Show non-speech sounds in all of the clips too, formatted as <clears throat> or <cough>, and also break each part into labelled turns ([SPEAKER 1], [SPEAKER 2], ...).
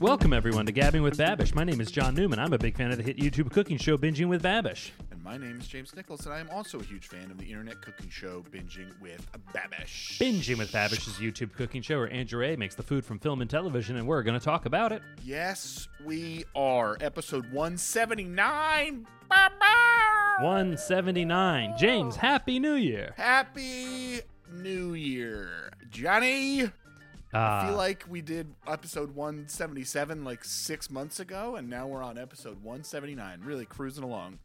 [SPEAKER 1] Welcome everyone to Gabbing with Babish. My name is John Newman. I'm a big fan of the hit YouTube cooking show Binging with Babish.
[SPEAKER 2] And my name is James Nicholas, and I am also a huge fan of the internet cooking show Binging with Babish.
[SPEAKER 1] Binging with Babish's YouTube cooking show where Andrew A makes the food from film and television and we're going to talk about it.
[SPEAKER 2] Yes, we are. Episode 179.
[SPEAKER 1] 179. James, happy new year.
[SPEAKER 2] Happy New Year, Johnny. I feel
[SPEAKER 1] Uh,
[SPEAKER 2] like we did episode 177 like six months ago, and now we're on episode 179. Really cruising along.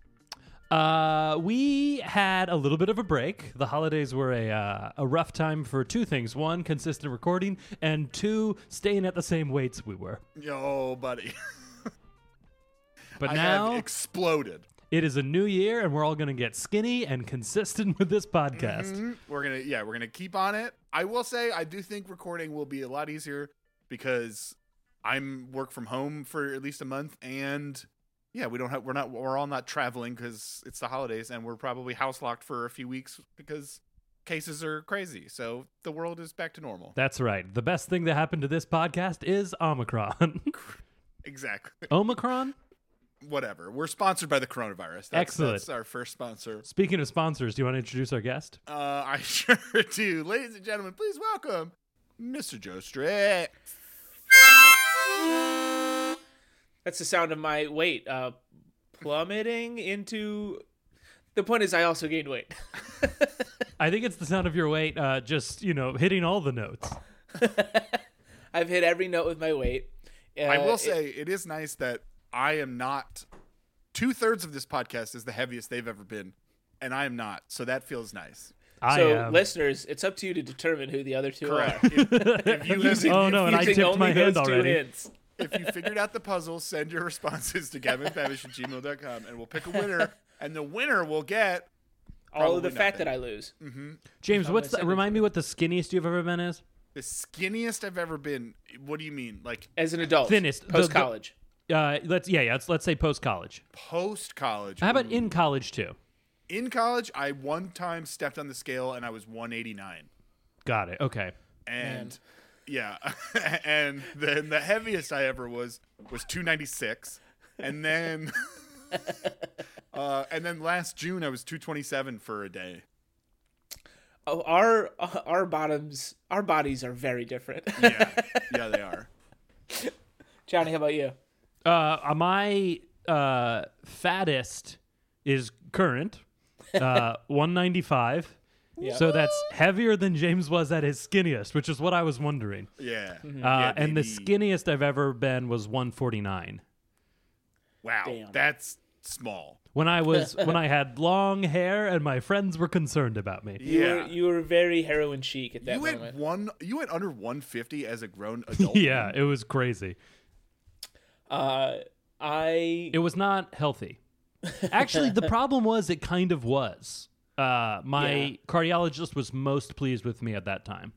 [SPEAKER 1] uh, we had a little bit of a break. The holidays were a uh, a rough time for two things. One, consistent recording, and two, staying at the same weights we were.
[SPEAKER 2] Yo, buddy.
[SPEAKER 1] But
[SPEAKER 2] <laughs> I
[SPEAKER 1] now
[SPEAKER 2] have exploded.
[SPEAKER 1] it is a new year and we're all going to get skinny and consistent <laughs> with this podcast.
[SPEAKER 2] Mhm. We're gonna yeah, we're gonna keep on it. I will say I do think recording will be a lot easier because I'm work from home for at least a month and yeah, we don't have we're not we're all not traveling because it's the holidays and we're probably house locked for a few weeks because cases are crazy. So the world is back to normal.
[SPEAKER 1] That's right. The best thing that happened to this podcast is Omicron.
[SPEAKER 2] exactly.
[SPEAKER 1] <laughs>
[SPEAKER 2] <laughs>
[SPEAKER 1] Omicron?
[SPEAKER 2] Whatever. We're sponsored by the coronavirus. That's,
[SPEAKER 1] Excellent.
[SPEAKER 2] That's our first sponsor.
[SPEAKER 1] Speaking of sponsors, do you want to introduce our guest?
[SPEAKER 2] Uh, <laughs> I sure do. Ladies and gentlemen, please welcome Mr. Joe Strick.
[SPEAKER 3] That's the sound of my weight uh, plummeting into. The point is, I also gained weight. <laughs>
[SPEAKER 1] I think it's the sound of your weight uh, just, you know, hitting all the notes.
[SPEAKER 3] I've hit every note with my weight. Uh,
[SPEAKER 2] I will
[SPEAKER 3] it-
[SPEAKER 2] say it is nice that I am not two thirds of this podcast is the heaviest they've ever been, and I am not. So that feels nice.
[SPEAKER 1] I
[SPEAKER 3] so,
[SPEAKER 1] am.
[SPEAKER 3] listeners, it's up to you to determine who the other two <laughs>
[SPEAKER 2] Correct.
[SPEAKER 3] are.
[SPEAKER 2] if, if you have,
[SPEAKER 1] Oh, no, and I
[SPEAKER 3] Using
[SPEAKER 1] tipped
[SPEAKER 3] only
[SPEAKER 1] my hand
[SPEAKER 3] those two
[SPEAKER 1] already.
[SPEAKER 3] hints.
[SPEAKER 2] if you figured out the puzzle, send your responses to gavinfavish at gmail.com and we'll pick a
[SPEAKER 3] <laughs>
[SPEAKER 2] winner. And the winner will get
[SPEAKER 3] All of
[SPEAKER 2] Probably
[SPEAKER 3] the fat
[SPEAKER 2] nothing.
[SPEAKER 3] that I lose.
[SPEAKER 1] James, what's the,
[SPEAKER 3] second
[SPEAKER 1] remind me what the skinniest you've ever been is?
[SPEAKER 2] the skinniest I've ever been. What do you mean? Like
[SPEAKER 3] As an adult.
[SPEAKER 1] Thinnest. The- the-
[SPEAKER 3] Post college.
[SPEAKER 1] Uh, let's yeah, yeah, let's, let's say post college.
[SPEAKER 2] post college?
[SPEAKER 1] How about in college too?
[SPEAKER 2] in college? I one time stepped on the scale and I was 189.
[SPEAKER 1] Got it. Okay.
[SPEAKER 2] and yeah <laughs> and then the heaviest i ever was was 296 and then <laughs> uh and then last june i was 227 for a day
[SPEAKER 3] Oh, our our bottoms, our bodies are very different. <laughs>
[SPEAKER 2] yeah yeah they are
[SPEAKER 3] Johnny, how about you?
[SPEAKER 1] Uh, my uh, fattest is current, <laughs> uh, 195.
[SPEAKER 3] Yeah.
[SPEAKER 1] So that's heavier than James was at his skinniest, which is what I was wondering.
[SPEAKER 2] yeah,
[SPEAKER 3] Mhm.
[SPEAKER 1] Uh,
[SPEAKER 2] Yeah,
[SPEAKER 1] and the
[SPEAKER 2] baby.
[SPEAKER 1] skinniest I've ever been was 149.
[SPEAKER 2] wow
[SPEAKER 3] Damn.
[SPEAKER 2] that's small
[SPEAKER 1] When I
[SPEAKER 3] <laughs>
[SPEAKER 1] was when I had long hair and my friends were concerned about me.
[SPEAKER 3] <laughs> You
[SPEAKER 2] yeah
[SPEAKER 3] were you were very heroin chic at that
[SPEAKER 2] you
[SPEAKER 3] moment.
[SPEAKER 2] went one you went under 150 as a
[SPEAKER 1] <laughs>
[SPEAKER 2] grown adult
[SPEAKER 1] Yeah, it was crazy.
[SPEAKER 3] uh, I
[SPEAKER 1] It was not healthy. Actually,
[SPEAKER 3] <laughs>
[SPEAKER 1] the problem was it kind of was. Uh, my
[SPEAKER 3] Yeah.
[SPEAKER 1] cardiologist was most pleased with me at that
[SPEAKER 3] <laughs>
[SPEAKER 1] time.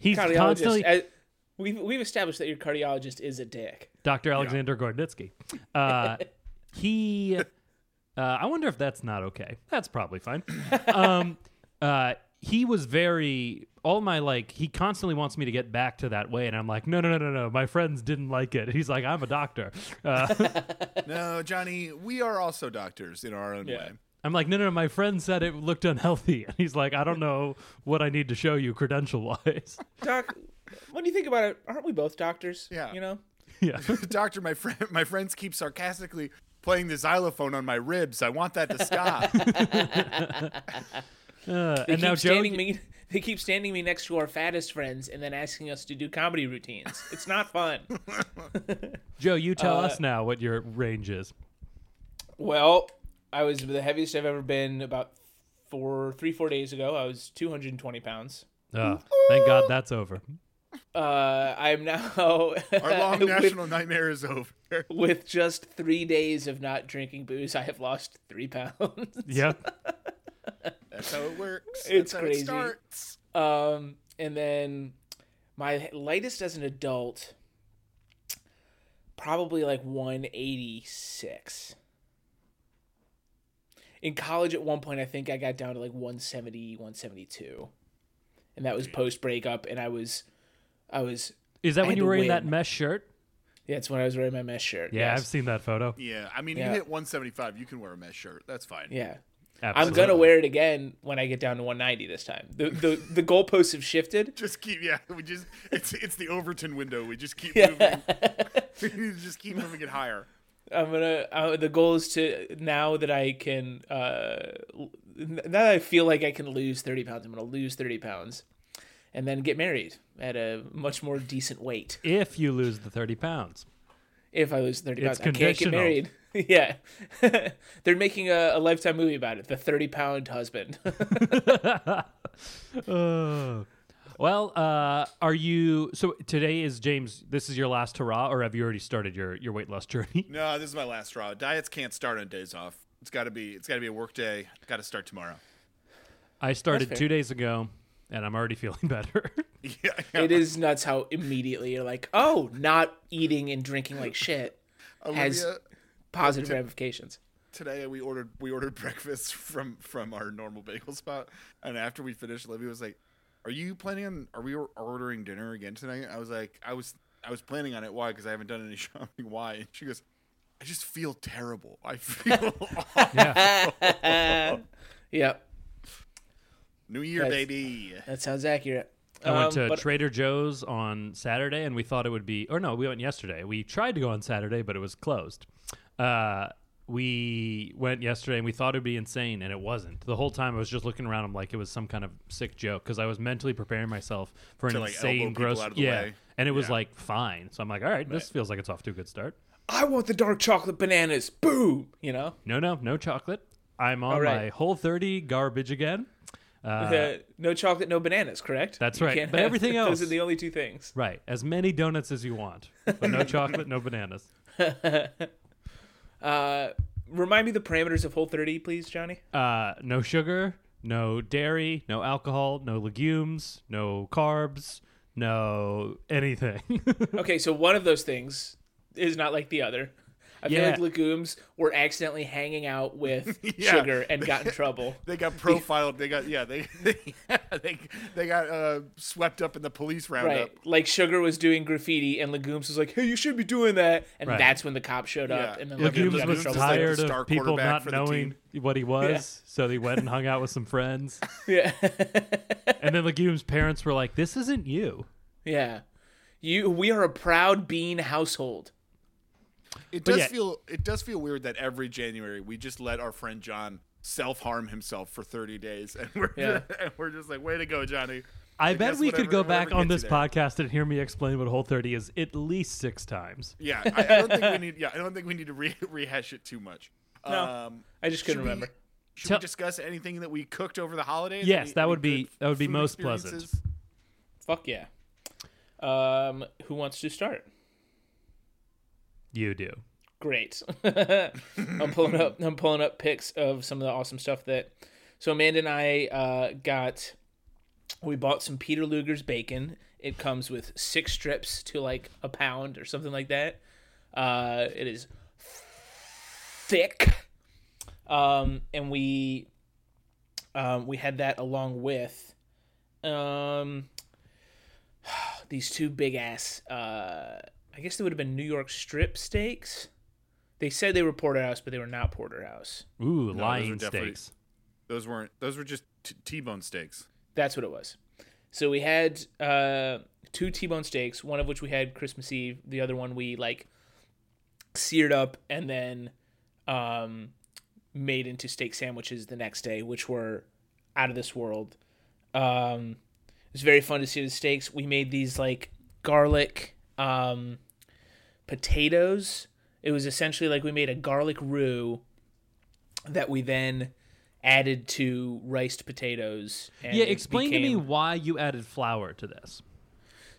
[SPEAKER 1] He's
[SPEAKER 3] cardiologist.
[SPEAKER 1] constantly
[SPEAKER 3] I- we've we've established that your cardiologist is a dick.
[SPEAKER 1] Dr. Alexander Gordnitsky.
[SPEAKER 3] <laughs>
[SPEAKER 1] Uh, he, uh, I wonder if that's not okay. That's probably
[SPEAKER 3] <laughs>
[SPEAKER 1] fine. Um, uh, he was very, all my like, he constantly wants me to get back to that way. And I'm like, no, no, no, no, no. My friends didn't like it. <laughs> He's like, I'm a doctor.
[SPEAKER 3] <laughs>
[SPEAKER 1] Uh,
[SPEAKER 2] no johnny we are also doctors in our own
[SPEAKER 3] Yeah.
[SPEAKER 2] way
[SPEAKER 1] I'm like, no, no, no. My friend said it looked unhealthy. <laughs> And he's like, I don't know what I need to show you credential wise.
[SPEAKER 3] Doc, <laughs> when you think about it, aren't we both doctors?
[SPEAKER 2] Yeah.
[SPEAKER 3] You know?
[SPEAKER 1] <laughs> yeah.
[SPEAKER 2] <laughs> doctor my friend my friends keep sarcastically playing the xylophone on my ribs i want that to stop
[SPEAKER 1] Uh,
[SPEAKER 3] They
[SPEAKER 1] and
[SPEAKER 3] keep
[SPEAKER 1] now Joe,
[SPEAKER 3] standing me <laughs> they keep standing me next to our fattest friends and then asking us to do comedy routines. It's not fun.
[SPEAKER 2] <laughs>
[SPEAKER 1] Joe, you tell
[SPEAKER 3] Uh,
[SPEAKER 1] us now what your range is.
[SPEAKER 3] well, I was the heaviest I've ever been about four three, four days ago. I was two hundred and twenty pounds. <laughs>
[SPEAKER 1] Uh, thank God that's over.
[SPEAKER 3] Uh, I'm now <laughs>
[SPEAKER 2] <laughs> Our long
[SPEAKER 3] with-
[SPEAKER 2] national nightmare is over.
[SPEAKER 3] with just three days of not drinking booze, I have lost three pounds. <laughs>
[SPEAKER 1] Yeah.
[SPEAKER 2] That's how it works.
[SPEAKER 3] It's
[SPEAKER 2] That's
[SPEAKER 3] crazy.
[SPEAKER 2] How it starts.
[SPEAKER 3] Um, and then my lightest as an adult, probably like 186. In college, at one point, I think I got down to like 170, 172, and that was post breakup, and I was, I was
[SPEAKER 1] Is that
[SPEAKER 3] I
[SPEAKER 1] when
[SPEAKER 3] had
[SPEAKER 1] you
[SPEAKER 3] to
[SPEAKER 1] were in that
[SPEAKER 3] win.
[SPEAKER 1] mesh shirt?
[SPEAKER 3] Yeah, it's when I was wearing my mesh shirt.
[SPEAKER 1] Yeah,
[SPEAKER 3] yes.
[SPEAKER 1] I've seen that photo.
[SPEAKER 2] Yeah, I mean,
[SPEAKER 3] Yeah.
[SPEAKER 2] you hit 175, you can wear a mesh shirt. That's fine.
[SPEAKER 3] yeah. I'm
[SPEAKER 1] Absolutely.
[SPEAKER 3] gonna wear it again when I get down to 190 this time. The the the goalposts have shifted.
[SPEAKER 2] Just keep, yeah. We
[SPEAKER 3] <laughs>
[SPEAKER 2] just it's it's the Overton window. We just keep
[SPEAKER 3] Yeah.
[SPEAKER 2] moving, <laughs>
[SPEAKER 3] <laughs>
[SPEAKER 2] we just keep moving it higher.
[SPEAKER 3] I'm gonna. Uh, the goal is to now that I can, uh, l- now that I feel like I can lose 30 pounds, I'm gonna lose 30 pounds, and then get married at a much more decent weight.
[SPEAKER 1] If you lose the 30 <laughs> pounds,
[SPEAKER 3] If I lose 30
[SPEAKER 1] It's
[SPEAKER 3] pounds, I can't get
[SPEAKER 1] conditional.
[SPEAKER 3] married. <laughs> yeah, they're making a, a lifetime movie about it. The 30 pound husband. <laughs>
[SPEAKER 1] Uh, well, uh, are you? So today is James. This is your last hurrah, or have you already started your your weight loss journey? <laughs>
[SPEAKER 2] No, this is my last straw. Diets can't start on days off. It's got to be it's got to be a work day. Got to start tomorrow. <laughs>
[SPEAKER 1] I started
[SPEAKER 3] fair.
[SPEAKER 1] two days ago, and I'm already <laughs> feeling better.
[SPEAKER 2] Yeah,
[SPEAKER 3] it is nuts how immediately you're like, oh, not eating and drinking like shit
[SPEAKER 2] Olivia,
[SPEAKER 3] has positive ramifications.
[SPEAKER 2] today we ordered we ordered <laughs> breakfast from from our normal bagel spot, and after we finished, Olivia was like, "Are you planning on? Are we ordering dinner again tonight?" I was like, "I was I was planning on it. Why? Because I haven't done any <laughs> shopping. Why?" And she goes, "I just feel terrible. I <laughs> feel awful."
[SPEAKER 1] yeah,
[SPEAKER 3] Yep,
[SPEAKER 2] New Year,
[SPEAKER 3] That's-
[SPEAKER 2] baby.
[SPEAKER 3] that sounds accurate.
[SPEAKER 1] I went
[SPEAKER 3] Um,
[SPEAKER 1] to
[SPEAKER 3] but-
[SPEAKER 1] Trader Joe's on Saturday, and we thought it would be. Or no, we went yesterday. We tried to go on Saturday, but it was closed. Uh, we went yesterday, and we thought it'd be insane, and it wasn't. The whole time I was just looking around. I'm like, it was some kind of sick joke because I was mentally preparing myself for an
[SPEAKER 2] To, like, elbow
[SPEAKER 1] insane
[SPEAKER 2] people
[SPEAKER 1] gross.
[SPEAKER 2] out of the
[SPEAKER 1] yeah,
[SPEAKER 2] way.
[SPEAKER 1] and it was
[SPEAKER 2] Yeah.
[SPEAKER 1] like fine. So I'm like, all right, this feels like it's off to a good start.
[SPEAKER 3] I want the dark chocolate bananas. Boom. You know,
[SPEAKER 1] No, no, no chocolate. I'm on
[SPEAKER 3] All right.
[SPEAKER 1] my whole 30 garbage again.
[SPEAKER 2] <laughs>
[SPEAKER 1] Uh,
[SPEAKER 3] Uh, no chocolate, no bananas. Correct.
[SPEAKER 1] That's
[SPEAKER 3] You
[SPEAKER 1] right.
[SPEAKER 3] can't
[SPEAKER 1] But
[SPEAKER 3] have-
[SPEAKER 1] everything else-
[SPEAKER 3] <laughs> Those are the only two things.
[SPEAKER 1] right. As many donuts as you want, but no chocolate, no bananas.
[SPEAKER 3] Uh, remind me the parameters of Whole 30, please, Johnny.
[SPEAKER 1] Uh, no sugar, no dairy, no alcohol, no legumes, no carbs, no anything. <laughs>
[SPEAKER 3] Okay, so one of those things is not like the other. I feel
[SPEAKER 1] Yeah.
[SPEAKER 3] like legumes were accidentally hanging out
[SPEAKER 1] <laughs>
[SPEAKER 3] with
[SPEAKER 2] Yeah.
[SPEAKER 3] sugar and got in trouble.
[SPEAKER 2] They got profiled. They got yeah. They <laughs> they they, they got uh, swept up in the police roundup.
[SPEAKER 3] Right. Like sugar was doing graffiti and legumes was like, "Hey, you should be doing that." And
[SPEAKER 1] Right.
[SPEAKER 3] that's when the cop showed up
[SPEAKER 2] Yeah.
[SPEAKER 3] and then legumes,
[SPEAKER 1] legumes
[SPEAKER 3] got
[SPEAKER 1] was
[SPEAKER 3] in trouble.
[SPEAKER 2] like the
[SPEAKER 1] tired
[SPEAKER 2] star
[SPEAKER 1] of people
[SPEAKER 2] quarterback
[SPEAKER 1] not
[SPEAKER 2] for the
[SPEAKER 1] knowing what he was, so they went and hung out with some
[SPEAKER 2] <laughs>
[SPEAKER 1] friends.
[SPEAKER 3] <laughs> Yeah. <laughs>
[SPEAKER 1] And then legumes' parents were like, "This isn't you."
[SPEAKER 3] yeah. You we are a proud bean household.
[SPEAKER 2] It does
[SPEAKER 1] yeah.
[SPEAKER 2] feel it does feel weird that every January we just let our friend John self harm himself for thirty days, and we're
[SPEAKER 3] Yeah.
[SPEAKER 2] <laughs> and we're just like, way to go, Johnny.
[SPEAKER 1] I,
[SPEAKER 2] I
[SPEAKER 1] bet
[SPEAKER 2] guess
[SPEAKER 1] we could
[SPEAKER 2] whatever-
[SPEAKER 1] go
[SPEAKER 2] whatever
[SPEAKER 1] back on this
[SPEAKER 2] gets you there.
[SPEAKER 1] podcast and hear me explain what Whole 30 is at least six times.
[SPEAKER 2] Yeah, I, I don't think we need. Yeah, I don't think we need to re- rehash it too much.
[SPEAKER 3] No.
[SPEAKER 2] Um,
[SPEAKER 3] I just couldn't
[SPEAKER 2] should we-
[SPEAKER 3] remember.
[SPEAKER 2] should
[SPEAKER 1] Tell-
[SPEAKER 2] we discuss anything that we cooked over the holidays?
[SPEAKER 1] Yes,
[SPEAKER 2] Any-
[SPEAKER 1] that
[SPEAKER 2] any
[SPEAKER 1] would be-
[SPEAKER 2] good
[SPEAKER 1] that would be
[SPEAKER 2] food
[SPEAKER 1] most pleasant.
[SPEAKER 2] experiences?
[SPEAKER 3] Fuck yeah. Um, who wants to start?
[SPEAKER 1] You do.
[SPEAKER 3] Great. <laughs> I'm pulling up. I'm pulling up pics of some of the awesome stuff that. So Amanda and I uh, got. We bought some Peter Luger's bacon. It comes with six strips to like a pound or something like that. Uh, it is thick, um, and we um, we had that along with um, <sighs> these two big ass. Uh, I guess they would have been New York strip steaks. They said they were porterhouse, but they were not porterhouse.
[SPEAKER 1] Ooh,
[SPEAKER 2] are
[SPEAKER 1] lion
[SPEAKER 2] definitely-
[SPEAKER 1] steaks.
[SPEAKER 2] Those weren't. Those were just t- T-bone steaks.
[SPEAKER 3] That's what it was. So we had uh, two T-bone steaks, one of which we had Christmas Eve, the other one we like seared up and then um, made into steak sandwiches the next day, which were out of this world. Um, it was very fun to see the steaks. We made these like garlic um, potatoes. It was essentially like we made a garlic roux that we then added to riced potatoes. And
[SPEAKER 1] Yeah,
[SPEAKER 3] it
[SPEAKER 1] explain to
[SPEAKER 3] became-
[SPEAKER 1] me why you added flour to this.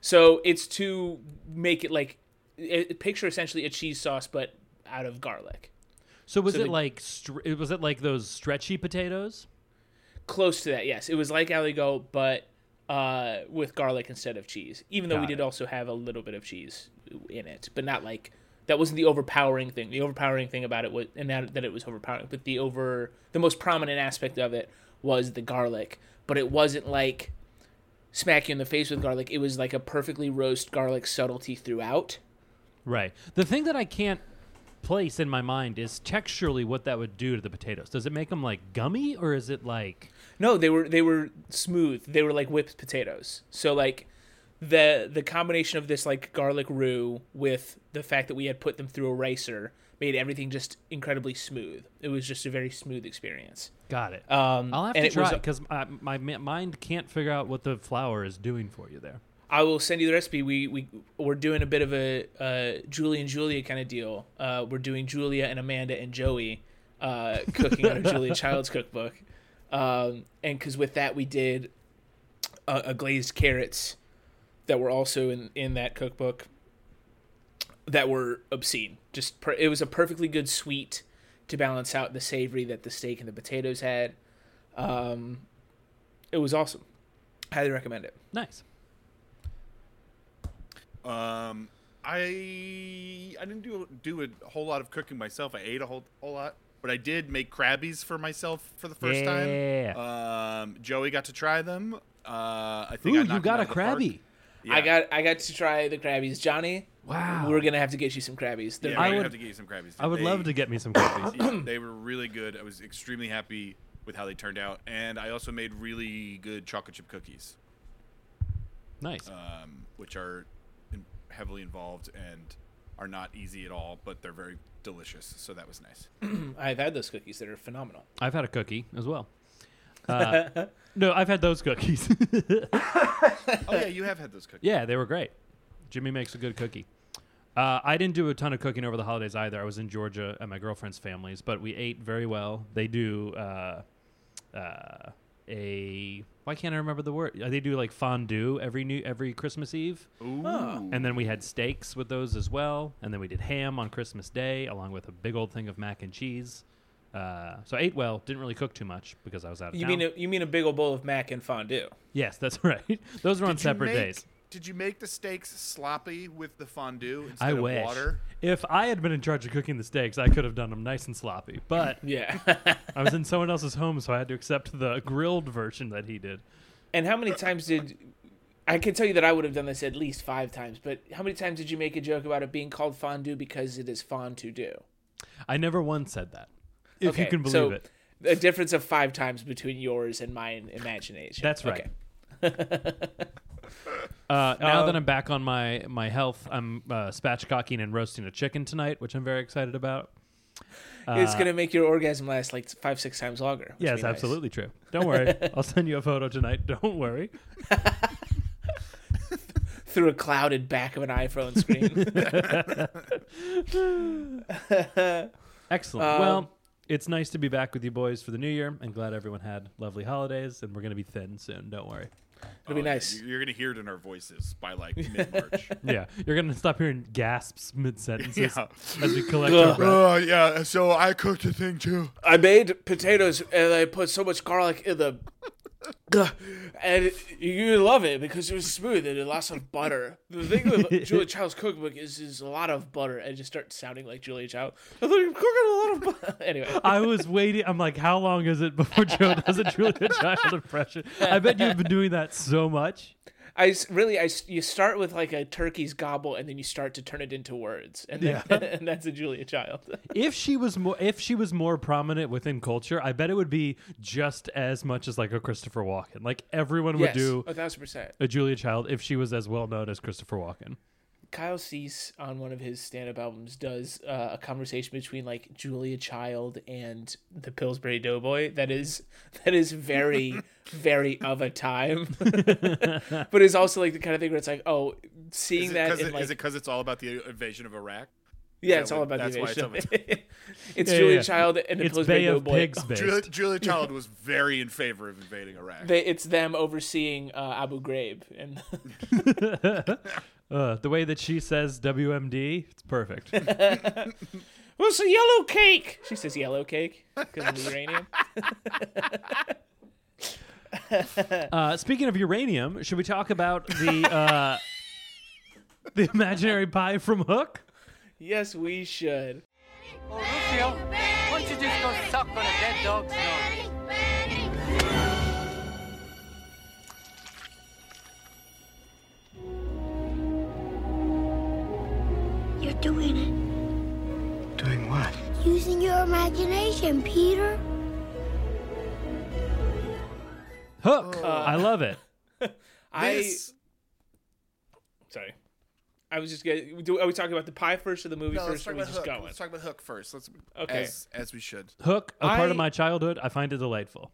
[SPEAKER 3] so it's to make it like it, picture essentially a cheese sauce, but out of garlic.
[SPEAKER 1] So was
[SPEAKER 3] So
[SPEAKER 1] it
[SPEAKER 3] the-
[SPEAKER 1] like str- it- was it like those stretchy potatoes?
[SPEAKER 3] Close to that, yes. It was like Aligo, but uh, with garlic instead of cheese. Even though we
[SPEAKER 1] Got
[SPEAKER 3] did
[SPEAKER 1] it.
[SPEAKER 3] also have a little bit of cheese in it, but not like that wasn't the overpowering thing. The overpowering thing about it was, and not that it was overpowering, but the over the most prominent aspect of it was the garlic. But it wasn't like smack you in the face with garlic. It was like a perfectly roast garlic subtlety throughout.
[SPEAKER 1] Right. The thing that I can't place in my mind is texturally what that would do to the potatoes. Does it make them like gummy or is it like
[SPEAKER 3] No, they were they were smooth. They were like whipped potatoes. So like the the combination of this like garlic roux with the fact that we had put them through a racer made everything just incredibly smooth. It was just a very smooth experience.
[SPEAKER 1] got it?
[SPEAKER 3] Um,
[SPEAKER 1] I'll have
[SPEAKER 3] and
[SPEAKER 1] to
[SPEAKER 3] it was-
[SPEAKER 1] try because my ma- mind can't figure out what the flour is doing for you there.
[SPEAKER 3] I will send you the recipe. We we we're doing a bit of a uh, Julie and Julia kind of deal. Uh, we're doing Julia and Amanda and Joey uh, cooking out of Julia Child's cookbook, um, and because with that we did uh, a glazed carrots that were also in in that cookbook that were obscene. Just per- it was a perfectly good sweet to balance out the savory that the steak and the potatoes had. Um, it was awesome. Highly recommend it.
[SPEAKER 1] Nice.
[SPEAKER 2] Um, I I didn't do do a whole lot of cooking myself. I ate a whole whole lot, but I did make crabbies for myself for the first
[SPEAKER 1] Yeah.
[SPEAKER 2] time. Um, Joey got to try them. Uh, I think
[SPEAKER 1] Ooh,
[SPEAKER 2] I
[SPEAKER 1] you
[SPEAKER 2] knocked
[SPEAKER 1] got
[SPEAKER 2] him out
[SPEAKER 1] a
[SPEAKER 2] of the park.
[SPEAKER 1] crabby.
[SPEAKER 2] Yeah.
[SPEAKER 3] I got I got to try the Krabbies, Johnny.
[SPEAKER 1] Wow.
[SPEAKER 3] We're gonna have to get you some Krabbies. They're
[SPEAKER 2] Yeah,
[SPEAKER 1] I
[SPEAKER 2] I
[SPEAKER 1] would-
[SPEAKER 2] would have to get you some crabbies.
[SPEAKER 1] I would love
[SPEAKER 2] They-
[SPEAKER 1] to get me some
[SPEAKER 2] <laughs>
[SPEAKER 1] crabbies.
[SPEAKER 2] <clears throat> yeah, they were really good. I was extremely happy with how they turned out, and I also made really good chocolate chip cookies,
[SPEAKER 1] nice.
[SPEAKER 2] um, which are in- heavily involved and are not easy at all, but they're very delicious. So that was nice.
[SPEAKER 3] I've had those cookies that are phenomenal.
[SPEAKER 1] I've had a cookie as
[SPEAKER 2] <laughs>
[SPEAKER 1] well. Uh, no, I've had those cookies. <laughs>
[SPEAKER 2] oh yeah, you have had those cookies.
[SPEAKER 1] yeah, they were great. Jimmy makes a good cookie. Uh, I didn't do a ton of cooking over the holidays either. I was in Georgia at my girlfriend's family's, but we ate very well. They do uh, uh, a why can't I remember the word? Uh, They do like fondue every new every Christmas Eve,
[SPEAKER 2] Ooh.
[SPEAKER 1] and then we had steaks with those as well, and then we did ham on Christmas Day along with a big old thing of mac and cheese. Uh, so I ate well. Didn't really cook too much because I was out of
[SPEAKER 3] You
[SPEAKER 1] town.
[SPEAKER 3] mean a, you mean a big old bowl of mac and fondue?
[SPEAKER 1] Yes, that's <laughs> right. Those were on
[SPEAKER 2] Did you
[SPEAKER 1] separate
[SPEAKER 2] make-
[SPEAKER 1] days.
[SPEAKER 2] Did you make the steaks sloppy with the fondue instead
[SPEAKER 1] I
[SPEAKER 2] of
[SPEAKER 1] wish.
[SPEAKER 2] water?
[SPEAKER 1] If I had been in charge of cooking the steaks, I could have done them nice and sloppy. But
[SPEAKER 3] Yeah.
[SPEAKER 1] I was in someone else's home, so I had to accept the grilled version that he did.
[SPEAKER 3] <laughs> and how many times did I can tell you that I would have done this at least five times? But how many times did you make a joke about it being called fondue because it is fond to do?
[SPEAKER 1] I never once said that. If you
[SPEAKER 3] Okay,
[SPEAKER 1] can believe
[SPEAKER 3] so
[SPEAKER 1] it.
[SPEAKER 3] A difference of five times between yours and my imagination.
[SPEAKER 1] That's right.
[SPEAKER 3] Okay.
[SPEAKER 1] Uh, now
[SPEAKER 3] Uh,
[SPEAKER 1] that I'm back on my, my health, I'm uh, spatchcocking and roasting a chicken tonight, which I'm very excited about.
[SPEAKER 3] it's gonna make your orgasm last like five six times longer. which would
[SPEAKER 1] Uh, Yes,
[SPEAKER 3] be nice.
[SPEAKER 1] absolutely true. Don't
[SPEAKER 3] <laughs>
[SPEAKER 1] worry. I'll send you a photo tonight. Don't worry.
[SPEAKER 3] Through a clouded back of an iPhone
[SPEAKER 1] <laughs>
[SPEAKER 3] screen.
[SPEAKER 1] Excellent.
[SPEAKER 3] Um,
[SPEAKER 1] well, it's nice to be back with you boys for the new year. I'm glad everyone had lovely holidays, and we're going to be thin soon. Don't worry.
[SPEAKER 3] It'll be
[SPEAKER 2] Oh, yeah,
[SPEAKER 3] nice.
[SPEAKER 2] you- You're gonna hear it in our voices by <laughs> like mid March.
[SPEAKER 1] Yeah, you're gonna stop hearing gasps mid sentences
[SPEAKER 2] Yeah.
[SPEAKER 1] as we collect
[SPEAKER 2] <laughs>
[SPEAKER 1] our breath.
[SPEAKER 2] Oh yeah, so I cooked a thing too.
[SPEAKER 3] I made potatoes and I put so much garlic in <laughs> them. Ugh. and you love it because it was smooth and lots of butter. The thing with Julia Child's cookbook is is a lot of butter and it just starts sounding like Julia Child. I thought you were cooking a lot of butter. <laughs> anyway,
[SPEAKER 1] I was waiting. I'm like, how long is it before Joe does a Julia Child impression? I bet you've been doing that so much.
[SPEAKER 3] I s- really I s- you start with like a turkey's gobble and then you start to turn it into words and then, <laughs> and that's a Julia Child.
[SPEAKER 1] If she was more, if she was more prominent within culture, I bet it would be just as much as like a Christopher Walken. Like everyone would
[SPEAKER 3] yes,
[SPEAKER 1] do
[SPEAKER 3] a thousand percent.
[SPEAKER 1] a Julia Child if she was as well known as Christopher Walken.
[SPEAKER 3] Kyle Cease on one of his stand-up albums does uh, a conversation between like Julia Child and the Pillsbury Doughboy that is <laughs> that
[SPEAKER 2] <laughs>
[SPEAKER 3] is very very of a time, but it's also like the kind of thing where it's like oh seeing
[SPEAKER 2] Is it
[SPEAKER 3] that
[SPEAKER 2] because
[SPEAKER 3] in like
[SPEAKER 2] it's all about the invasion of Iraq?
[SPEAKER 3] yeah
[SPEAKER 2] that
[SPEAKER 3] it's all
[SPEAKER 2] what-
[SPEAKER 3] about
[SPEAKER 2] that's
[SPEAKER 3] the
[SPEAKER 2] why it's
[SPEAKER 3] invasion.
[SPEAKER 2] of a
[SPEAKER 3] It's, <laughs>
[SPEAKER 1] Yeah,
[SPEAKER 3] Julia
[SPEAKER 1] yeah.
[SPEAKER 3] Child and the
[SPEAKER 1] It's
[SPEAKER 3] Pillsbury
[SPEAKER 1] Bay of
[SPEAKER 3] Doughboy.
[SPEAKER 1] Pigs based.
[SPEAKER 2] Oh, Julia, <laughs> Julia Child was very in favor of invading Iraq.
[SPEAKER 3] <laughs> They, it's them overseeing uh, Abu Ghraib and <laughs>
[SPEAKER 1] Uh, the way that she says WMD, it's perfect.
[SPEAKER 3] what's a yellow cake? She says yellow cake because of
[SPEAKER 2] <laughs>
[SPEAKER 3] the uranium.
[SPEAKER 1] Uh, speaking of uranium, should we talk about the
[SPEAKER 3] <laughs>
[SPEAKER 1] uh, the imaginary pie from Hook?
[SPEAKER 3] Yes, we should.
[SPEAKER 4] Oh, Lucio, why don't you just go suck on a dead dog's nose?
[SPEAKER 5] You're doing it.
[SPEAKER 6] Doing what?
[SPEAKER 5] Using your imagination, Peter.
[SPEAKER 1] Hook.
[SPEAKER 3] Oh.
[SPEAKER 1] I love it.
[SPEAKER 2] This,
[SPEAKER 3] I sorry. I was just gonna. Do, are we talking about the pie first or the movie
[SPEAKER 2] no, let's
[SPEAKER 3] first? Or
[SPEAKER 2] talk
[SPEAKER 3] are we
[SPEAKER 2] about
[SPEAKER 3] just
[SPEAKER 2] Hook.
[SPEAKER 3] going?
[SPEAKER 2] Let's talk about Hook first. Let's
[SPEAKER 3] Okay.
[SPEAKER 2] as, as we should.
[SPEAKER 1] Hook, a part of
[SPEAKER 3] I-
[SPEAKER 1] my childhood. I find it delightful.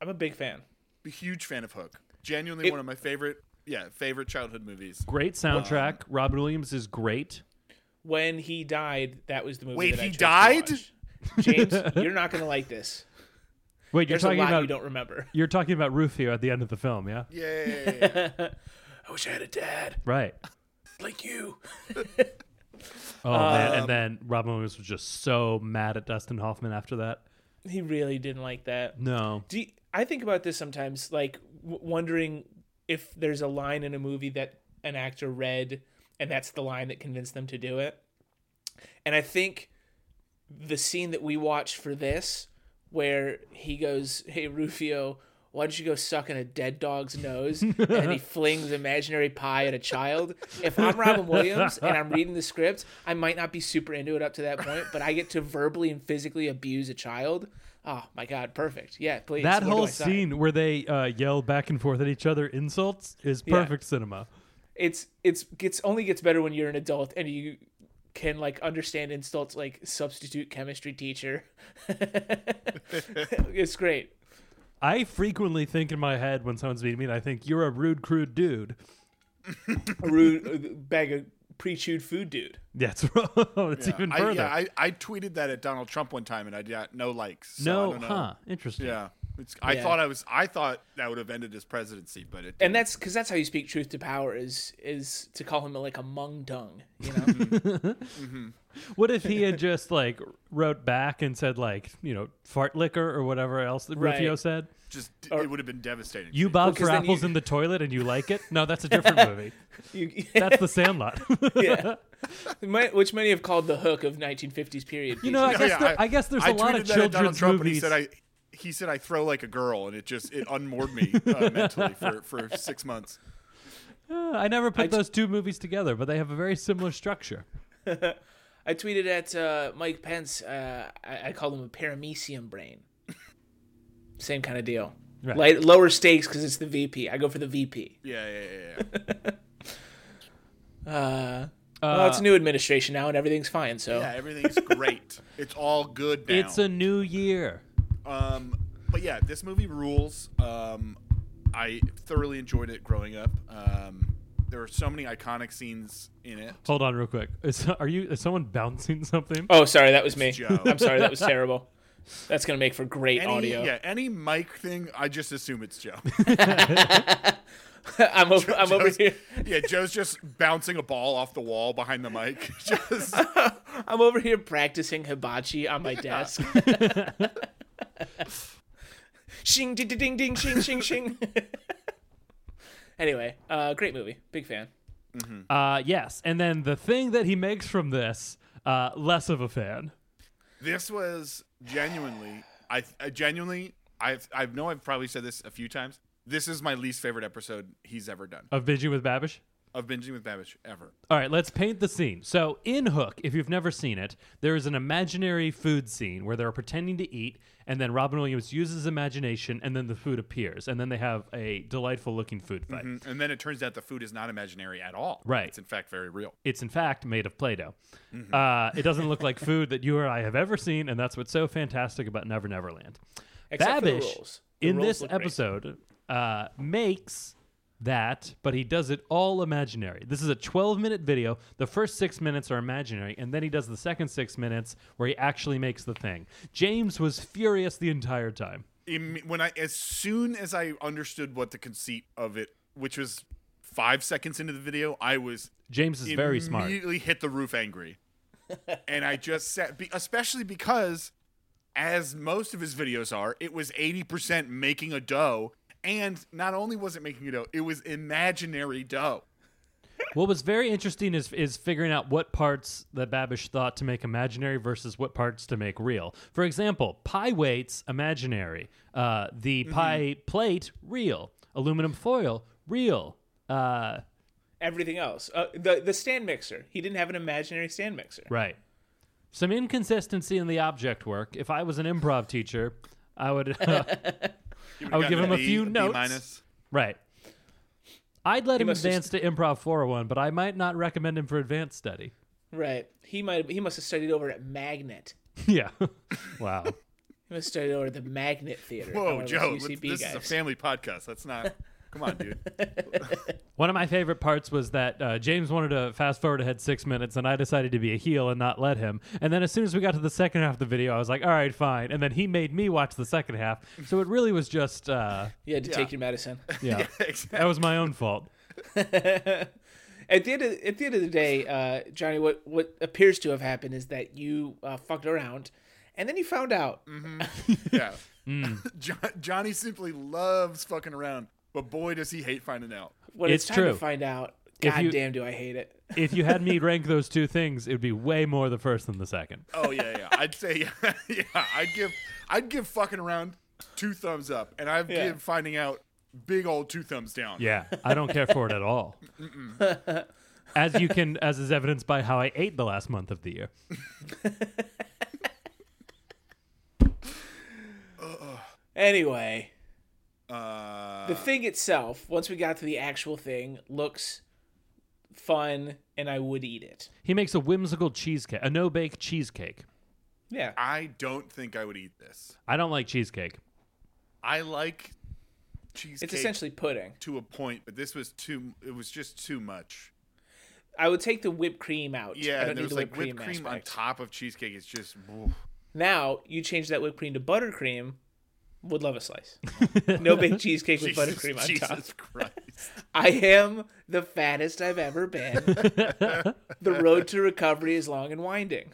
[SPEAKER 3] I'm a big fan.
[SPEAKER 2] Be huge fan of Hook. Genuinely
[SPEAKER 3] It-
[SPEAKER 2] one of my favorite. Yeah, favorite childhood movies.
[SPEAKER 1] Great soundtrack. Robin Williams is great.
[SPEAKER 3] When he died, that was the movie.
[SPEAKER 2] Wait,
[SPEAKER 3] that I
[SPEAKER 2] he
[SPEAKER 3] chose to
[SPEAKER 2] died?
[SPEAKER 3] watch. <laughs> James, you're not gonna like this.
[SPEAKER 1] Wait, you're
[SPEAKER 3] There's a
[SPEAKER 1] talking
[SPEAKER 3] lot
[SPEAKER 1] about
[SPEAKER 3] you don't remember.
[SPEAKER 1] you're talking about Rufio at the end of the film, yeah?
[SPEAKER 3] <laughs>
[SPEAKER 2] Yay!
[SPEAKER 3] I wish I had a dad
[SPEAKER 1] Right.
[SPEAKER 3] like you.
[SPEAKER 1] Oh man,
[SPEAKER 3] Um,
[SPEAKER 1] and then Robin Williams was just so mad at Dustin Hoffman after that.
[SPEAKER 3] He really didn't like that.
[SPEAKER 1] No.
[SPEAKER 3] Do you, I think about this sometimes, like w- wondering if there's a line in a movie that an actor read, and that's the line that convinced them to do it. And I think the scene that we watched for this, where he goes, "Hey Rufio, why don't you go suck in a dead dog's nose?" and then he flings imaginary pie at a child. If I'm Robin Williams and I'm reading the script, I might not be super into it up to that point, but I get to verbally and physically abuse a child. Oh my god, perfect. Yeah, please.
[SPEAKER 1] That
[SPEAKER 3] Where do
[SPEAKER 1] whole
[SPEAKER 3] I sign?
[SPEAKER 1] scene where they uh, yell back and forth at each other insults is
[SPEAKER 3] Yeah.
[SPEAKER 1] perfect cinema.
[SPEAKER 3] it's it's gets only gets better when you're an adult and you can like understand insults like substitute chemistry <laughs> teacher. it's great.
[SPEAKER 1] I frequently think in my head when someone's meeting me, and I think you're a rude, crude dude. <laughs>
[SPEAKER 3] A rude uh, bag of pre-chewed food, dude.
[SPEAKER 1] That's it's even
[SPEAKER 2] I,
[SPEAKER 1] further.
[SPEAKER 2] yeah, I, I tweeted that at Donald Trump one time, and I got no likes. So I
[SPEAKER 1] no,
[SPEAKER 2] don't know.
[SPEAKER 1] huh? Interesting.
[SPEAKER 2] Yeah, it's, I
[SPEAKER 3] Yeah.
[SPEAKER 2] thought I was. I thought that would have ended his presidency, but it.
[SPEAKER 3] And that's because that's how you speak truth to power is is to call him like a mung dung, you know. <laughs>
[SPEAKER 1] What if he
[SPEAKER 2] <laughs>
[SPEAKER 1] had just like wrote back and said like you know fart liquor or whatever else that Rufio
[SPEAKER 3] Right.
[SPEAKER 1] said?
[SPEAKER 2] just it would have been devastating.
[SPEAKER 1] You bob
[SPEAKER 3] 'cause
[SPEAKER 1] for
[SPEAKER 3] then
[SPEAKER 1] apples
[SPEAKER 3] you-
[SPEAKER 1] in the toilet and you like it? No,
[SPEAKER 2] <laughs>
[SPEAKER 1] that's a different movie.
[SPEAKER 3] you, <laughs>
[SPEAKER 1] That's The Sandlot.
[SPEAKER 3] yeah. Mi- which many have called the hook of 1950s period.
[SPEAKER 1] you know, I
[SPEAKER 3] pieces.
[SPEAKER 2] No,
[SPEAKER 1] guess
[SPEAKER 2] <laughs> yeah,
[SPEAKER 1] there, I, guess there's a lot
[SPEAKER 2] tweeted
[SPEAKER 1] of
[SPEAKER 2] that at Donald
[SPEAKER 1] children's
[SPEAKER 2] Trump,
[SPEAKER 1] movies.
[SPEAKER 2] And he said I. He said I throw like a girl, and it just it unmoored me
[SPEAKER 1] <laughs>
[SPEAKER 2] uh, mentally for for six months.
[SPEAKER 1] Uh, <laughs> I never put
[SPEAKER 3] I t-
[SPEAKER 1] those two movies together, but they have a very similar structure.
[SPEAKER 3] I tweeted at uh, Mike Pence. Uh, I, I called him a paramecium brain. <laughs> Same kind of deal.
[SPEAKER 1] Right.
[SPEAKER 3] Light, lower stakes because it's the VP. I go for the VP.
[SPEAKER 2] Yeah, yeah, yeah. yeah.
[SPEAKER 3] well, it's a new administration now, and everything's fine. So
[SPEAKER 2] yeah everything's great. It's all good now.
[SPEAKER 1] Oh. It's a new year.
[SPEAKER 2] Um, but yeah, this movie rules. Um, I thoroughly enjoyed it growing up. Um, there are so many iconic scenes in it.
[SPEAKER 1] Hold on, real quick. Is, are you? Is someone bouncing something?
[SPEAKER 3] oh, sorry, that was me.
[SPEAKER 2] Joe.
[SPEAKER 3] I'm sorry,
[SPEAKER 2] <laughs>
[SPEAKER 3] that was terrible. That's gonna make for great
[SPEAKER 2] Any,
[SPEAKER 3] audio.
[SPEAKER 2] Yeah, any mic thing, I just assume it's Joe.
[SPEAKER 3] <laughs> I'm over, <laughs> I'm over
[SPEAKER 2] Joe's-
[SPEAKER 3] here.
[SPEAKER 2] yeah, Joe's just bouncing a ball off the wall behind the mic. <laughs> Just
[SPEAKER 3] I'm over here practicing hibachi on
[SPEAKER 2] <laughs>
[SPEAKER 3] my desk. <laughs> shing ding ding ding ding shing shing shing. <laughs> anyway, uh, great movie. Big fan.
[SPEAKER 1] Uh, yes. And then the thing that he makes from this, uh, less of a fan.
[SPEAKER 2] this was genuinely, I, I genuinely, I, I know I've probably said this a few times. This is my least favorite episode he's ever done
[SPEAKER 1] of Binging with Babish.
[SPEAKER 2] of binging with Babish ever.
[SPEAKER 1] All right, let's paint the scene. So, in Hook, if you've never seen it, there is an imaginary food scene where they're pretending to eat, and then Robin Williams uses imagination, and then the food appears, and then they have a delightful looking food fight.
[SPEAKER 2] And then it turns out the food is not imaginary at all.
[SPEAKER 1] Right.
[SPEAKER 2] It's in fact very real.
[SPEAKER 1] It's, in fact, made of Play Doh.
[SPEAKER 3] Mm-hmm.
[SPEAKER 1] Uh, it doesn't look
[SPEAKER 3] <laughs>
[SPEAKER 1] like food that you or I have ever seen, and that's what's so fantastic about Never Neverland.
[SPEAKER 3] Except for the
[SPEAKER 1] Babish,
[SPEAKER 3] rolls. The
[SPEAKER 1] in
[SPEAKER 3] rolls
[SPEAKER 1] this
[SPEAKER 3] look great.
[SPEAKER 1] episode, uh, makes that, but he does it all imaginary. This is a 12 minute video. The first six minutes are imaginary, and then he does the second six minutes where he actually makes the thing. James was furious the entire time.
[SPEAKER 2] Im- when I as soon as I understood what the conceit of it, which was five seconds into the video, I was
[SPEAKER 1] James is very smart.
[SPEAKER 2] Immediately hit the roof angry, and I just sat, be, especially because, as most of his videos are, it was eighty percent making a dough, and not only was it making a dough, it was imaginary dough.
[SPEAKER 1] what was very interesting is is figuring out what parts that Babish thought to make imaginary versus what parts to make real. For example, pie weights imaginary, uh, the pie plate real, aluminum foil real. Uh,
[SPEAKER 3] everything else. Uh, the the stand mixer. He didn't have an imaginary stand mixer.
[SPEAKER 1] Right. Some inconsistency in the object work. If I was an improv teacher, I would. <laughs> uh,
[SPEAKER 2] You
[SPEAKER 1] I would
[SPEAKER 2] gotten
[SPEAKER 1] give him a
[SPEAKER 2] B,
[SPEAKER 1] few
[SPEAKER 2] B
[SPEAKER 1] notes.
[SPEAKER 2] minus.
[SPEAKER 1] right. I'd let him
[SPEAKER 3] must
[SPEAKER 1] advance to Improv 401, but I might not recommend him for advanced study. <laughs>
[SPEAKER 3] Right. He might he must have studied over at Magnet.
[SPEAKER 1] Yeah. <laughs> wow.
[SPEAKER 3] He must have studied over at the Magnet Theater. at one
[SPEAKER 2] Whoa,
[SPEAKER 3] of those
[SPEAKER 2] Joe, let's-
[SPEAKER 3] UCB
[SPEAKER 2] this is a
[SPEAKER 3] guys.
[SPEAKER 2] family podcast. That's not. Come on, dude.
[SPEAKER 1] One of my favorite parts was that uh, James wanted to fast forward ahead six minutes, and I decided to be a heel and not let him. And then as soon as we got to the second half of the video, I was like, all right, fine. And then he made me watch the second half. So it really was just, uh,
[SPEAKER 3] You had to take
[SPEAKER 2] Yeah.
[SPEAKER 3] your medicine. <laughs>
[SPEAKER 1] yeah,
[SPEAKER 2] exactly.
[SPEAKER 1] that was my own fault.
[SPEAKER 3] At the end of, at the end of the day, uh, Johnny, what what appears to have happened is that you uh, fucked around, and then you found out.
[SPEAKER 2] Mm-hmm. Yeah. <laughs>
[SPEAKER 3] Mm.
[SPEAKER 2] Jo- Johnny simply loves fucking around, but boy, does he hate finding out.
[SPEAKER 3] When
[SPEAKER 1] It's
[SPEAKER 3] it's, time
[SPEAKER 1] true.
[SPEAKER 3] to find out,
[SPEAKER 1] If
[SPEAKER 3] god
[SPEAKER 1] you-
[SPEAKER 3] damn, do I hate it. <laughs>
[SPEAKER 1] If you had me rank those two things, it would be way more the first than the second.
[SPEAKER 2] Oh yeah,
[SPEAKER 3] <laughs>
[SPEAKER 2] yeah. I'd say <laughs> yeah, I'd give I'd give fucking around two thumbs up, and I'd
[SPEAKER 3] Yeah.
[SPEAKER 2] give finding out big old two thumbs down.
[SPEAKER 1] Yeah, I don't care for it at all. as you can, as is evidenced by how I ate the last month of the year.
[SPEAKER 3] Anyway,
[SPEAKER 2] Uh,
[SPEAKER 3] the thing itself, once we got to the actual thing, looks fun, and I would eat it.
[SPEAKER 1] He makes a whimsical cheesecake, a no bake cheesecake.
[SPEAKER 3] Yeah,
[SPEAKER 2] I don't think I would eat this.
[SPEAKER 1] I don't like cheesecake.
[SPEAKER 2] I like cheesecake
[SPEAKER 3] it's essentially pudding.
[SPEAKER 2] to a point, but this was too. It was just too much.
[SPEAKER 3] I would take the whipped cream out. I
[SPEAKER 2] Yeah, and
[SPEAKER 3] don't
[SPEAKER 2] there
[SPEAKER 3] need
[SPEAKER 2] was
[SPEAKER 3] the
[SPEAKER 2] like
[SPEAKER 3] whipped cream,
[SPEAKER 2] on
[SPEAKER 3] aspect.
[SPEAKER 2] top of cheesecake. It's just <laughs> oof.
[SPEAKER 3] Now you change that whipped cream to buttercream. Would love
[SPEAKER 2] <laughs>
[SPEAKER 3] a slice. no big cheesecake with
[SPEAKER 2] Jesus,
[SPEAKER 3] buttercream
[SPEAKER 2] <laughs>
[SPEAKER 3] on
[SPEAKER 2] Jesus
[SPEAKER 3] top.
[SPEAKER 2] Christ.
[SPEAKER 3] I am the fattest I've
[SPEAKER 2] <laughs>
[SPEAKER 3] ever been. the road to recovery is long and winding.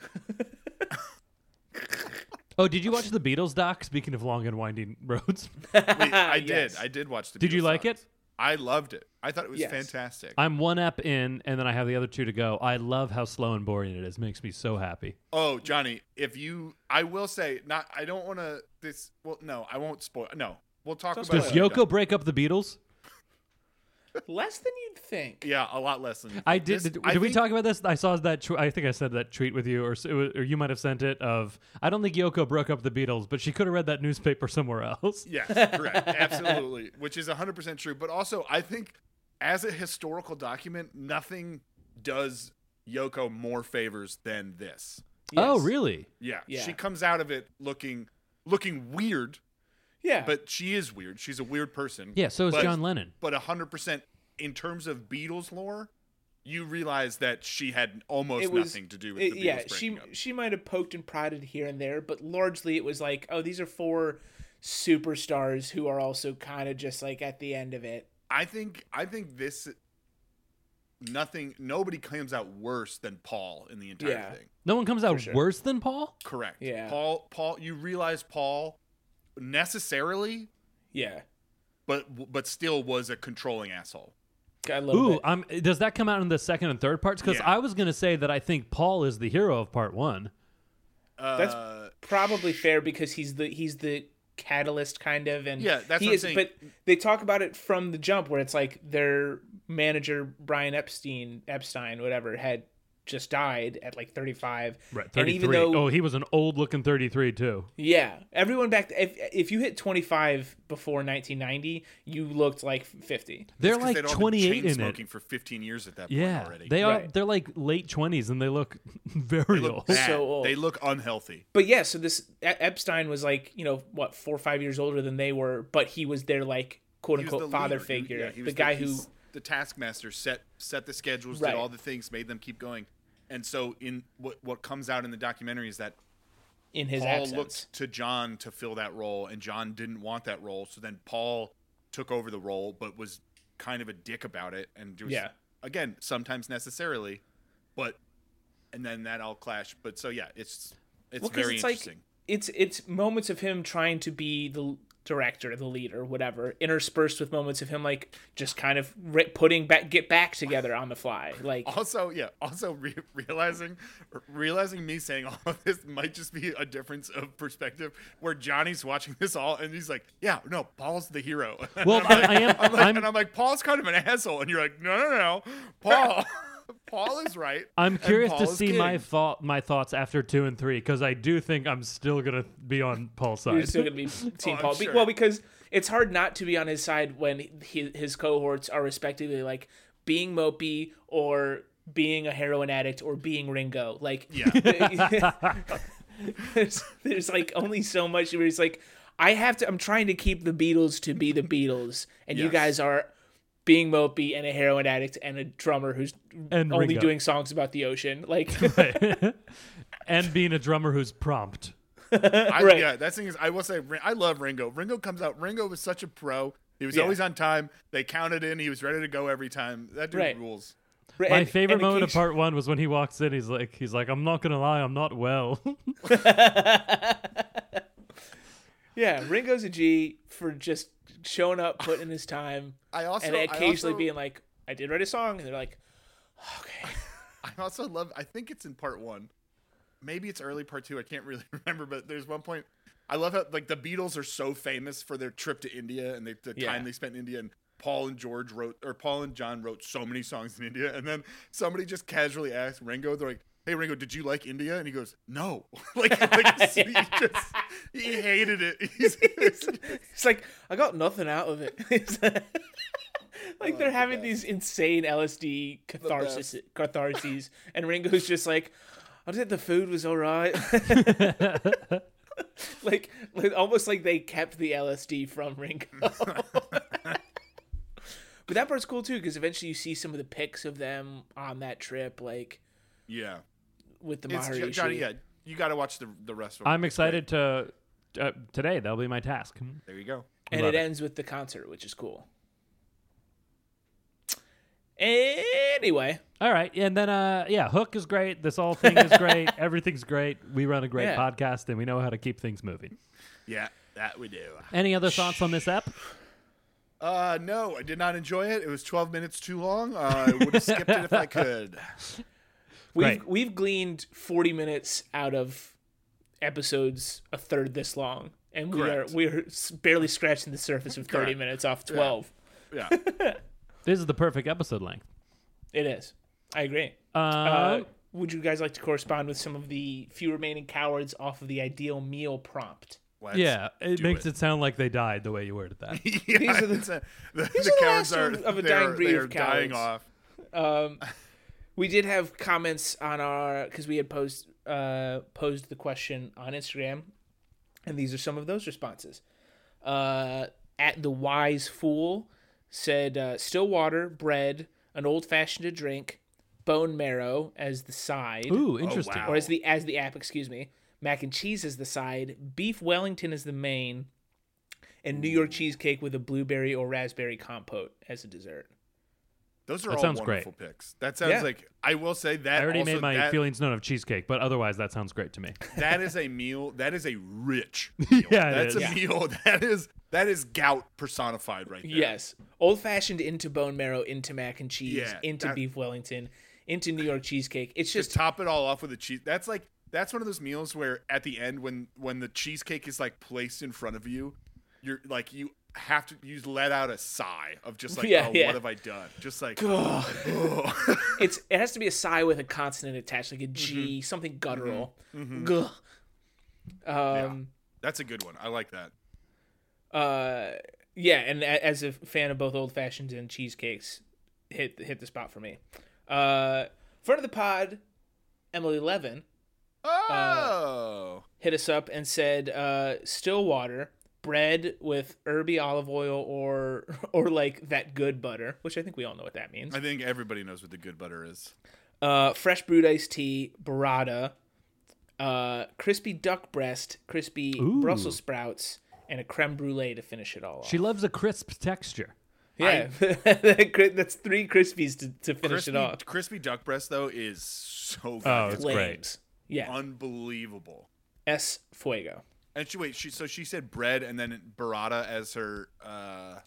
[SPEAKER 1] Oh, did you watch the Beatles doc? Speaking of long and winding <laughs> roads,
[SPEAKER 2] Wait,
[SPEAKER 3] <laughs>
[SPEAKER 2] I
[SPEAKER 3] Yes.
[SPEAKER 2] did. I did watch the.
[SPEAKER 1] Did you
[SPEAKER 2] Beatles
[SPEAKER 1] like
[SPEAKER 2] songs.
[SPEAKER 1] it?
[SPEAKER 2] I loved it. I thought it was
[SPEAKER 3] Yes.
[SPEAKER 2] fantastic.
[SPEAKER 1] I'm one up in, and then I have the other two to go. I love how slow and boring it is. Makes me so happy.
[SPEAKER 2] Oh, Johnny, if you, I will say, not. I don't want to. This. Well, no, I won't spoil. No, we'll talk
[SPEAKER 3] Don't
[SPEAKER 2] about.
[SPEAKER 1] Does
[SPEAKER 2] it.
[SPEAKER 3] spoil
[SPEAKER 2] when we're
[SPEAKER 1] Yoko
[SPEAKER 2] done.
[SPEAKER 1] break up the Beatles?
[SPEAKER 3] Less than you'd think.
[SPEAKER 2] Yeah, a lot less than. you
[SPEAKER 1] I
[SPEAKER 2] think.
[SPEAKER 1] did.
[SPEAKER 2] This-
[SPEAKER 1] did
[SPEAKER 2] I
[SPEAKER 1] did we
[SPEAKER 2] think-
[SPEAKER 1] talk about this? I saw that. Tw- I think I said that tweet with you, or, s- it wa- or you might have sent it. Of I don't think Yoko broke up the Beatles, but she could have read that newspaper somewhere
[SPEAKER 2] <laughs>
[SPEAKER 1] else.
[SPEAKER 3] <laughs>
[SPEAKER 2] Yes, correct. Absolutely, which is hundred percent true. But also, I think as a historical document, nothing does Yoko more favors than this.
[SPEAKER 1] Oh,
[SPEAKER 3] Yes.
[SPEAKER 1] really?
[SPEAKER 2] Yeah,
[SPEAKER 3] Yeah.
[SPEAKER 2] she comes out of it looking, looking weird,
[SPEAKER 3] Yeah.
[SPEAKER 2] but she is weird. She's a weird person.
[SPEAKER 1] Yeah. So is
[SPEAKER 2] But-
[SPEAKER 1] John Lennon.
[SPEAKER 2] but 100% in terms of Beatles lore, you realize that she had almost
[SPEAKER 3] it was
[SPEAKER 2] nothing to do with
[SPEAKER 3] it-
[SPEAKER 2] the Beatles
[SPEAKER 3] yeah. She
[SPEAKER 2] breaking up.
[SPEAKER 3] she might have poked and prodded here and there, but largely it was like, oh, these are four superstars who are also kind of just like at the end of it.
[SPEAKER 2] I think I think this nothing nobody comes out worse than Paul in the entire
[SPEAKER 3] Yeah.
[SPEAKER 2] thing.
[SPEAKER 1] No one comes out
[SPEAKER 3] sure.
[SPEAKER 1] worse than Paul.
[SPEAKER 2] Correct.
[SPEAKER 3] Yeah.
[SPEAKER 2] Paul Paul you realize Paul necessarily
[SPEAKER 3] Yeah.
[SPEAKER 2] but but still was a controlling asshole.
[SPEAKER 3] I love
[SPEAKER 1] Ooh,
[SPEAKER 3] it.
[SPEAKER 1] um, does that come out in the second and third parts? Because
[SPEAKER 2] Yeah.
[SPEAKER 1] I was gonna say that I think Paul is the hero of part one.
[SPEAKER 2] Uh,
[SPEAKER 3] That's- probably fair because he's the he's the catalyst kind of and
[SPEAKER 2] Yeah, that's
[SPEAKER 3] he
[SPEAKER 2] what I'm
[SPEAKER 3] is-
[SPEAKER 2] saying.
[SPEAKER 3] but they talk about it from the jump where it's like their manager Brian Epstein Epstein whatever had just died at like 35 and even though
[SPEAKER 1] oh, he was an old looking thirty-three too.
[SPEAKER 3] yeah everyone back if if you hit 25 before 1990 you looked like 50
[SPEAKER 1] They're
[SPEAKER 2] 'cause they'd
[SPEAKER 1] like
[SPEAKER 2] all been
[SPEAKER 1] twenty-eight
[SPEAKER 2] chain
[SPEAKER 1] in it.
[SPEAKER 2] smoking for 15 years at that point
[SPEAKER 1] Yeah,
[SPEAKER 2] already.
[SPEAKER 1] they are.
[SPEAKER 3] Right.
[SPEAKER 1] They're like late twenties, and they look <laughs> very
[SPEAKER 2] They look
[SPEAKER 1] old.
[SPEAKER 2] bad.
[SPEAKER 3] So old.
[SPEAKER 2] They look unhealthy.
[SPEAKER 3] but yeah so this E- Epstein was like you know what 4 or 5 years older than they were but he was their like quote
[SPEAKER 2] He was
[SPEAKER 3] unquote
[SPEAKER 2] the
[SPEAKER 3] father
[SPEAKER 2] leader. He-
[SPEAKER 3] figure
[SPEAKER 2] yeah, he
[SPEAKER 3] the
[SPEAKER 2] was
[SPEAKER 3] guy who
[SPEAKER 2] he's the taskmaster set set the schedules,
[SPEAKER 3] Right.
[SPEAKER 2] did all the things, made them keep going. And so in what what comes out in the documentary is that
[SPEAKER 3] in his
[SPEAKER 2] Paul
[SPEAKER 3] absence
[SPEAKER 2] looked to John to fill that role, and John didn't want that role. So then Paul took over the role, but was kind of a dick about it, and was,
[SPEAKER 3] Yeah.
[SPEAKER 2] again sometimes necessarily, but and then that all clashed. But so yeah, it's it's
[SPEAKER 3] 'cause
[SPEAKER 2] very
[SPEAKER 3] it's
[SPEAKER 2] interesting.
[SPEAKER 3] Like, it's it's moments of him trying to be the director, the leader, whatever, interspersed with moments of him like just kind of re- putting back get back together on the fly. Like
[SPEAKER 2] Also, yeah. Also, re- realizing realizing me saying all of this might just be a difference of perspective, where Johnny's watching this all and he's like, "Yeah, no, Paul's the hero." <laughs> And
[SPEAKER 1] Well,
[SPEAKER 2] I'm
[SPEAKER 1] I-
[SPEAKER 2] like-
[SPEAKER 1] I am-
[SPEAKER 2] I'm like,
[SPEAKER 1] I'm-
[SPEAKER 2] and I'm like, "Paul's kind of an asshole," and you're like, "No, no, no, Paul, <laughs> Paul is right."
[SPEAKER 1] <laughs> I'm
[SPEAKER 2] and
[SPEAKER 1] curious to
[SPEAKER 2] Paul is
[SPEAKER 1] see my
[SPEAKER 2] king."
[SPEAKER 1] thought my thoughts after two and three because I do think I'm still gonna be on Paul's
[SPEAKER 3] you're
[SPEAKER 1] side.
[SPEAKER 2] <laughs>
[SPEAKER 3] still gonna be Team
[SPEAKER 2] Oh, I'm
[SPEAKER 3] Paul. Be-
[SPEAKER 2] sure.
[SPEAKER 3] Well, because it's hard not to be on his side when he, his cohorts are respectively like being mopey or being a heroin addict or being Ringo. Like yeah. <laughs> there's, there's like only so much where he's like, I have to. I'm trying to keep the Beatles to be the Beatles, and you
[SPEAKER 2] Yes.
[SPEAKER 3] guys are being mopey and a heroin addict and a drummer who's
[SPEAKER 1] And
[SPEAKER 3] only
[SPEAKER 1] Ringo.
[SPEAKER 3] doing songs about the ocean. Like,
[SPEAKER 1] and being a drummer who's prompt.
[SPEAKER 2] I,
[SPEAKER 3] Right.
[SPEAKER 2] Yeah, that's the thing is, I will say, Rin- I love Ringo. Ringo comes out. Ringo was such a pro. He was
[SPEAKER 3] Yeah.
[SPEAKER 2] always on time. They counted in. He was ready to go every time. That dude
[SPEAKER 3] Right.
[SPEAKER 2] rules.
[SPEAKER 1] <laughs> My
[SPEAKER 3] and-
[SPEAKER 1] favorite
[SPEAKER 3] and
[SPEAKER 1] moment of
[SPEAKER 3] occasion-
[SPEAKER 1] part one was when he walks in. He's like, he's like, I'm not gonna lie, I'm not well. <laughs>
[SPEAKER 3] Yeah, Ringo's a G for just showing up, putting in his time,
[SPEAKER 2] I also
[SPEAKER 3] and occasionally
[SPEAKER 2] I also,
[SPEAKER 3] being like, "I did write a song," and they're like,
[SPEAKER 2] I also love. I think it's in part one. Maybe it's early part two. I can't really <laughs> remember. But there's one point. I love how like the Beatles are so famous for their trip to India and they, the
[SPEAKER 3] Yeah.
[SPEAKER 2] time they spent in India. And Paul and George wrote, or Paul and John wrote so many songs in India. And then somebody just casually asked Ringo, they're like. Hey Ringo, did you like India? And he goes, "No." <laughs> like, like he just he hated it. <laughs> He's,
[SPEAKER 3] <laughs> "It's like I got nothing out of <laughs> it." It's like Oh, like they're having these insane LSD catharsis, catharses, and Ringo's just like, "I did. The food was all right." <laughs> like, like almost like they kept the LSD from <laughs> Ringo. but that part's cool too because eventually you see some of the pics of them on that trip, like.
[SPEAKER 2] yeah,
[SPEAKER 3] with the
[SPEAKER 2] it's Jo-
[SPEAKER 3] Maharishi.
[SPEAKER 2] Johnny. Yeah, you got to watch the the rest of it.
[SPEAKER 1] I'm
[SPEAKER 2] It's great.
[SPEAKER 1] excited to uh, today. That'll be my task.
[SPEAKER 2] There you go.
[SPEAKER 3] and
[SPEAKER 1] Love
[SPEAKER 3] it,
[SPEAKER 1] it.
[SPEAKER 3] ends with the concert, which is cool. Anyway,
[SPEAKER 1] All right, and then uh, yeah, Hook is great. This whole thing is <laughs> great. Everything's great. We run a great
[SPEAKER 3] Yeah.
[SPEAKER 1] podcast, and we know how to keep things moving.
[SPEAKER 2] Yeah, that we do.
[SPEAKER 1] Any other thoughts on this app?
[SPEAKER 2] Uh, no, I did not enjoy it. It was 12 minutes too long. Uh, I would have skipped it if I
[SPEAKER 3] <laughs>
[SPEAKER 2] could.
[SPEAKER 3] we've
[SPEAKER 1] Great.
[SPEAKER 3] we've gleaned forty minutes out of episodes a third this long, and we
[SPEAKER 2] Correct.
[SPEAKER 3] are we are s- barely scratching the surface of thirty
[SPEAKER 2] Correct.
[SPEAKER 3] minutes off twelve.
[SPEAKER 2] Yeah.
[SPEAKER 1] This is the perfect episode length.
[SPEAKER 3] It is. I agree.
[SPEAKER 1] Um,
[SPEAKER 3] Uh, would you guys like to correspond with some of the few remaining cowards off of the ideal meal prompt?
[SPEAKER 2] Let's <laughs>
[SPEAKER 1] yeah, it
[SPEAKER 2] do
[SPEAKER 1] makes it. sound like they died the way you worded
[SPEAKER 2] <laughs>
[SPEAKER 1] that.
[SPEAKER 2] Yeah,
[SPEAKER 3] These are the-
[SPEAKER 2] it's a- the,
[SPEAKER 3] these
[SPEAKER 2] the
[SPEAKER 3] are the
[SPEAKER 2] cowards
[SPEAKER 3] last
[SPEAKER 2] are,
[SPEAKER 3] of- of a
[SPEAKER 2] they
[SPEAKER 3] dying
[SPEAKER 2] are-
[SPEAKER 3] breed
[SPEAKER 2] they
[SPEAKER 3] of
[SPEAKER 2] are dying
[SPEAKER 3] cowards.
[SPEAKER 2] off.
[SPEAKER 3] Um, we did have comments on our because we had posed uh, posed the question on Instagram, and these are some of those responses. Uh, at the wise fool said, uh, "Still water, bread, an old fashioned to drink, bone marrow as the side,
[SPEAKER 1] Ooh, interesting.
[SPEAKER 2] Oh, wow.
[SPEAKER 3] or as the as the app, excuse me, mac and cheese as the side, beef Wellington as the main." And New York cheesecake with a blueberry or raspberry compote as a dessert.
[SPEAKER 2] Those are
[SPEAKER 1] That
[SPEAKER 2] all
[SPEAKER 1] sounds great.
[SPEAKER 2] wonderful picks. That sounds
[SPEAKER 3] Yeah.
[SPEAKER 2] like I will say that
[SPEAKER 1] I already
[SPEAKER 2] also-
[SPEAKER 1] made my
[SPEAKER 2] that,
[SPEAKER 1] feelings known of cheesecake, but otherwise, that sounds great to
[SPEAKER 2] <laughs>
[SPEAKER 1] me.
[SPEAKER 2] That is a meal. That is a rich. Meal.
[SPEAKER 1] <laughs> Yeah, it
[SPEAKER 2] that's
[SPEAKER 1] is.
[SPEAKER 2] a
[SPEAKER 1] Yeah.
[SPEAKER 2] meal. <laughs> That is that is gout personified right there.
[SPEAKER 3] Yes. Old fashioned into bone marrow, into mac and cheese,
[SPEAKER 2] Yeah,
[SPEAKER 3] into
[SPEAKER 2] that-
[SPEAKER 3] beef Wellington, into New York cheesecake. It's
[SPEAKER 2] just
[SPEAKER 3] just
[SPEAKER 2] top it all off with a cheese. That's like that's one of those meals where at the end when when the cheesecake is like placed in front of you, you're like you have to you let out a sigh of just like
[SPEAKER 3] <laughs> Yeah,
[SPEAKER 2] oh
[SPEAKER 3] yeah.
[SPEAKER 2] what have I done? Just like
[SPEAKER 3] it's it has to be a sigh with a consonant attached, like a
[SPEAKER 2] Mm-hmm.
[SPEAKER 3] G, something guttural. Gah. Um
[SPEAKER 2] <laughs> that's a good one. I like that.
[SPEAKER 3] uh yeah, and a- as a fan of both old fashioned and cheesecakes, hit hit the spot for me. Uh front of the pod, Emily Levin Uh,
[SPEAKER 2] Oh,
[SPEAKER 3] hit us up and said uh still water bread with herby olive oil or <laughs> or like that good butter which i think we all know what that means
[SPEAKER 2] I think everybody knows what the good butter is.
[SPEAKER 3] uh fresh brewed iced tea burrata uh crispy duck breast crispy
[SPEAKER 1] Ooh.
[SPEAKER 3] brussels sprouts and a creme brulee to finish it all off
[SPEAKER 1] She loves a crisp texture.
[SPEAKER 3] yeah <laughs> that's three crispies to, to finish it
[SPEAKER 2] Crispy,
[SPEAKER 3] off
[SPEAKER 2] crispy duck breast though is so good.
[SPEAKER 1] Oh,
[SPEAKER 2] it's
[SPEAKER 1] it's great.
[SPEAKER 3] Flames. yeah
[SPEAKER 2] unbelievable.
[SPEAKER 3] es fuego
[SPEAKER 2] And she wait, she so she said bread and then burrata as her. uh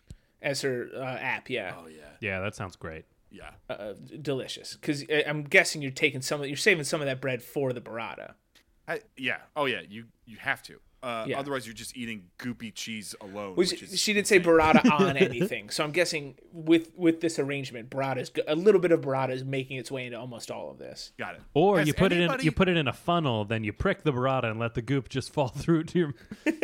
[SPEAKER 3] as her uh, app. Yeah,
[SPEAKER 2] Oh yeah,
[SPEAKER 1] Yeah, that sounds great.
[SPEAKER 2] yeah.
[SPEAKER 3] uh, delicious. Because I'm guessing you're taking some, of, you're saving some of that bread for the burrata.
[SPEAKER 2] I, yeah. Oh yeah. You you have to. Uh,
[SPEAKER 3] Yeah.
[SPEAKER 2] Otherwise, you're just eating goopy cheese alone.
[SPEAKER 3] Which,
[SPEAKER 2] Which, is
[SPEAKER 3] she didn't say burrata <laughs> on anything, so I'm guessing with with this arrangement, burrata is go- a little bit of burrata is making its way into almost all of this.
[SPEAKER 2] got it.
[SPEAKER 1] Or
[SPEAKER 2] Has
[SPEAKER 1] you put it in
[SPEAKER 2] anybody-
[SPEAKER 1] you put it in a funnel, then you prick the burrata and let the goop just fall <laughs> through to your.
[SPEAKER 2] <laughs>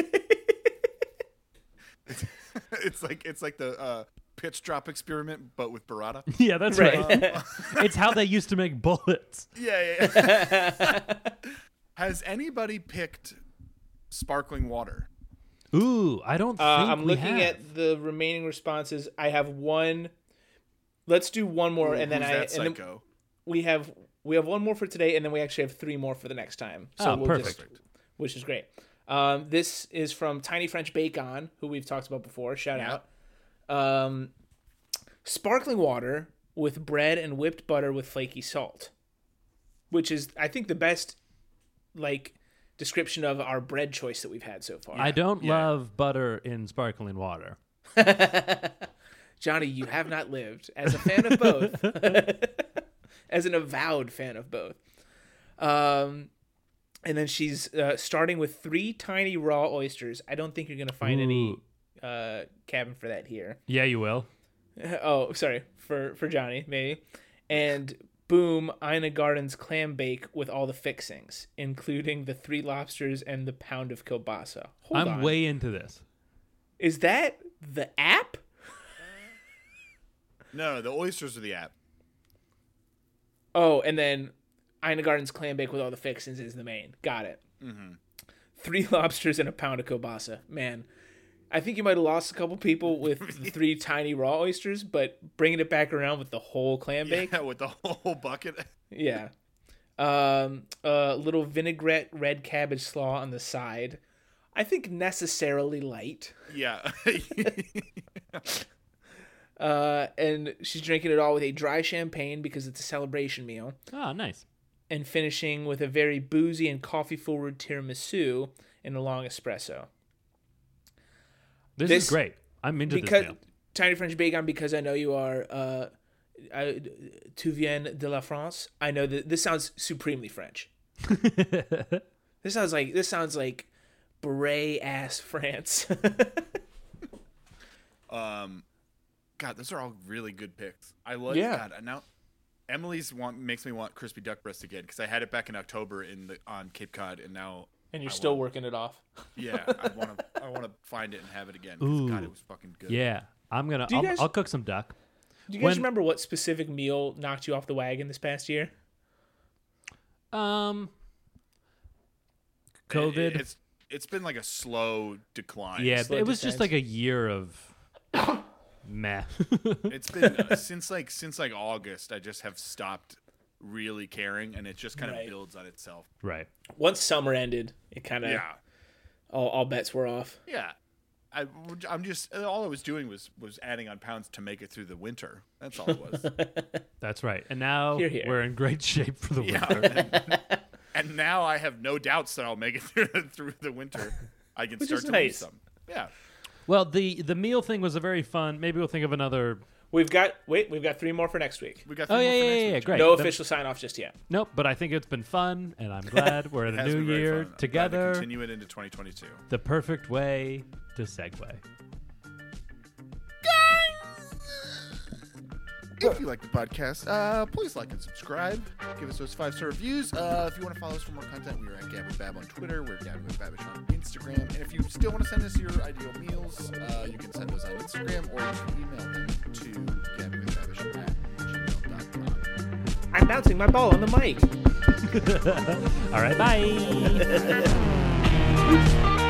[SPEAKER 2] it's like it's like the uh, pitch drop experiment, but with burrata.
[SPEAKER 3] <laughs>
[SPEAKER 1] yeah, that's right. <laughs> it's how they used to make bullets.
[SPEAKER 2] yeah. yeah, yeah.
[SPEAKER 3] <laughs>
[SPEAKER 2] Has anybody picked sparkling water?
[SPEAKER 1] Ooh, I don't.
[SPEAKER 3] Uh,
[SPEAKER 1] think
[SPEAKER 3] I'm
[SPEAKER 1] we
[SPEAKER 3] looking
[SPEAKER 1] have.
[SPEAKER 3] at the remaining responses. I have one. Let's do one more, and then
[SPEAKER 2] Who's
[SPEAKER 3] I
[SPEAKER 2] that
[SPEAKER 3] and then
[SPEAKER 2] psycho.
[SPEAKER 3] we have we have one more for today, and then we actually have three more for the next time. So
[SPEAKER 1] Oh,
[SPEAKER 3] we'll just
[SPEAKER 1] perfect.
[SPEAKER 3] which is great. Um, this is from Tiny French Bacon, who we've talked about before. Shout out. Um, sparkling water with bread and whipped butter with flaky salt, which is I think the best like description of our bread choice that we've had so far.
[SPEAKER 1] I don't love butter in sparkling water.
[SPEAKER 3] <laughs> Johnny, you have not lived as a fan of both,
[SPEAKER 1] <laughs>
[SPEAKER 3] as an avowed fan of both. Um, and then she's uh, starting with three tiny raw oysters. I don't think you're gonna find any
[SPEAKER 1] Ooh.
[SPEAKER 3] uh, cabin for that here. <laughs>
[SPEAKER 1] Yeah, you will.
[SPEAKER 3] Oh, sorry for for Johnny maybe. And boom, Ina Garden's clam bake with all the fixings, including the three lobsters and the pound of kielbasa. Hold
[SPEAKER 1] I'm
[SPEAKER 3] on,
[SPEAKER 1] way into this.
[SPEAKER 3] is that the app?
[SPEAKER 2] No, no, the oysters are the app.
[SPEAKER 3] Oh, and then Ina Garden's clam bake with all the fixings is the main. Got it. Mm-hmm. Three <laughs> lobsters and a pound of kielbasa. Man, I think you might have lost a couple <laughs> people with the three tiny raw oysters, but bringing it back around with the whole clam bake,
[SPEAKER 2] Yeah, <laughs> with the whole bucket. <laughs>
[SPEAKER 3] <laughs> yeah. Um, a little vinaigrette red cabbage slaw on the side. I think necessarily light. <laughs>
[SPEAKER 2] Yeah.
[SPEAKER 3] Uh, and she's drinking it all with a dry champagne because it's a celebration meal.
[SPEAKER 1] Oh, nice.
[SPEAKER 3] and finishing with a very boozy and coffee forward tiramisu and a long espresso.
[SPEAKER 1] This,
[SPEAKER 3] This-
[SPEAKER 1] is great. I'm into
[SPEAKER 3] Because
[SPEAKER 1] this now.
[SPEAKER 3] Tiny French Bacon, because I know you are uh, I, tu viens de la France. I know that this sounds supremely French. this sounds like this sounds like beret ass France. <laughs>
[SPEAKER 2] um, God, those are all really good picks. I love.
[SPEAKER 3] Yeah.
[SPEAKER 2] God, and now Emily's want makes me want crispy duck breast again because I had it back in October in the on Cape Cod, and now
[SPEAKER 3] and you're still working it off.
[SPEAKER 2] yeah,
[SPEAKER 1] <laughs>
[SPEAKER 2] I want to I want to find it and have it again. 'cause, God,
[SPEAKER 1] Ooh.
[SPEAKER 2] it was fucking
[SPEAKER 1] <laughs>
[SPEAKER 2] good.
[SPEAKER 1] Yeah, I'm gonna.
[SPEAKER 3] you
[SPEAKER 1] I'll,
[SPEAKER 3] guys-
[SPEAKER 1] I'll cook some duck.
[SPEAKER 3] Do you guys
[SPEAKER 1] When-
[SPEAKER 3] remember what specific meal knocked you off the wagon this past year?
[SPEAKER 1] Um,
[SPEAKER 2] It-
[SPEAKER 1] COVID.
[SPEAKER 2] it- it's it's been like a slow decline.
[SPEAKER 1] yeah,
[SPEAKER 3] slow
[SPEAKER 1] it was just
[SPEAKER 3] descent.
[SPEAKER 1] like a year of <coughs>
[SPEAKER 3] <laughs>
[SPEAKER 1] meh.
[SPEAKER 2] It's been
[SPEAKER 1] <laughs>
[SPEAKER 2] uh, since like since like August. I just have stopped really caring, and it just kind
[SPEAKER 3] Right.
[SPEAKER 2] of builds on itself.
[SPEAKER 1] right.
[SPEAKER 3] Once summer ended, it kind of
[SPEAKER 2] Yeah,
[SPEAKER 3] all, all bets were off.
[SPEAKER 2] yeah. I, am just all I was doing was was adding on pounds to make it through the winter. That's all it was.
[SPEAKER 1] That's right. And now
[SPEAKER 3] Here, here.
[SPEAKER 1] we're in great shape for the
[SPEAKER 2] Yeah.
[SPEAKER 1] winter.
[SPEAKER 3] <laughs>
[SPEAKER 2] and now I have no doubts that I'll make it <laughs> through through the winter. I can start
[SPEAKER 3] is
[SPEAKER 2] to
[SPEAKER 3] nice.
[SPEAKER 2] lose some. Yeah,
[SPEAKER 1] well, the the meal thing was a very fun. Maybe we'll think of another.
[SPEAKER 3] We've got wait, we've got three more for next week.
[SPEAKER 2] we got.
[SPEAKER 1] Oh
[SPEAKER 2] three
[SPEAKER 1] yeah,
[SPEAKER 2] more for
[SPEAKER 1] yeah, yeah,
[SPEAKER 2] next week,
[SPEAKER 1] yeah,
[SPEAKER 2] John.
[SPEAKER 1] great.
[SPEAKER 3] No
[SPEAKER 1] The-
[SPEAKER 3] official sign off just yet.
[SPEAKER 1] Nope, but I think it's been fun, and I'm glad we're in
[SPEAKER 2] <laughs> It
[SPEAKER 1] a
[SPEAKER 2] has been
[SPEAKER 1] new
[SPEAKER 2] very fun.
[SPEAKER 1] year
[SPEAKER 2] I'm glad to
[SPEAKER 1] together.
[SPEAKER 2] Continue it into 2022.
[SPEAKER 1] the perfect way to segue.
[SPEAKER 2] If you like the podcast, uh, please like and subscribe. Give us those five star reviews. Uh, if you want to follow us for more content, we are at Gab with Bab on Twitter. We're Gab with Babish on Instagram. And if you still want to send us your ideal meals, uh, you can send those on Instagram or you can email them to gabwithbabish at gmail.com.
[SPEAKER 3] I'm bouncing my ball on the mic.
[SPEAKER 1] All right, bye.
[SPEAKER 4] Bye.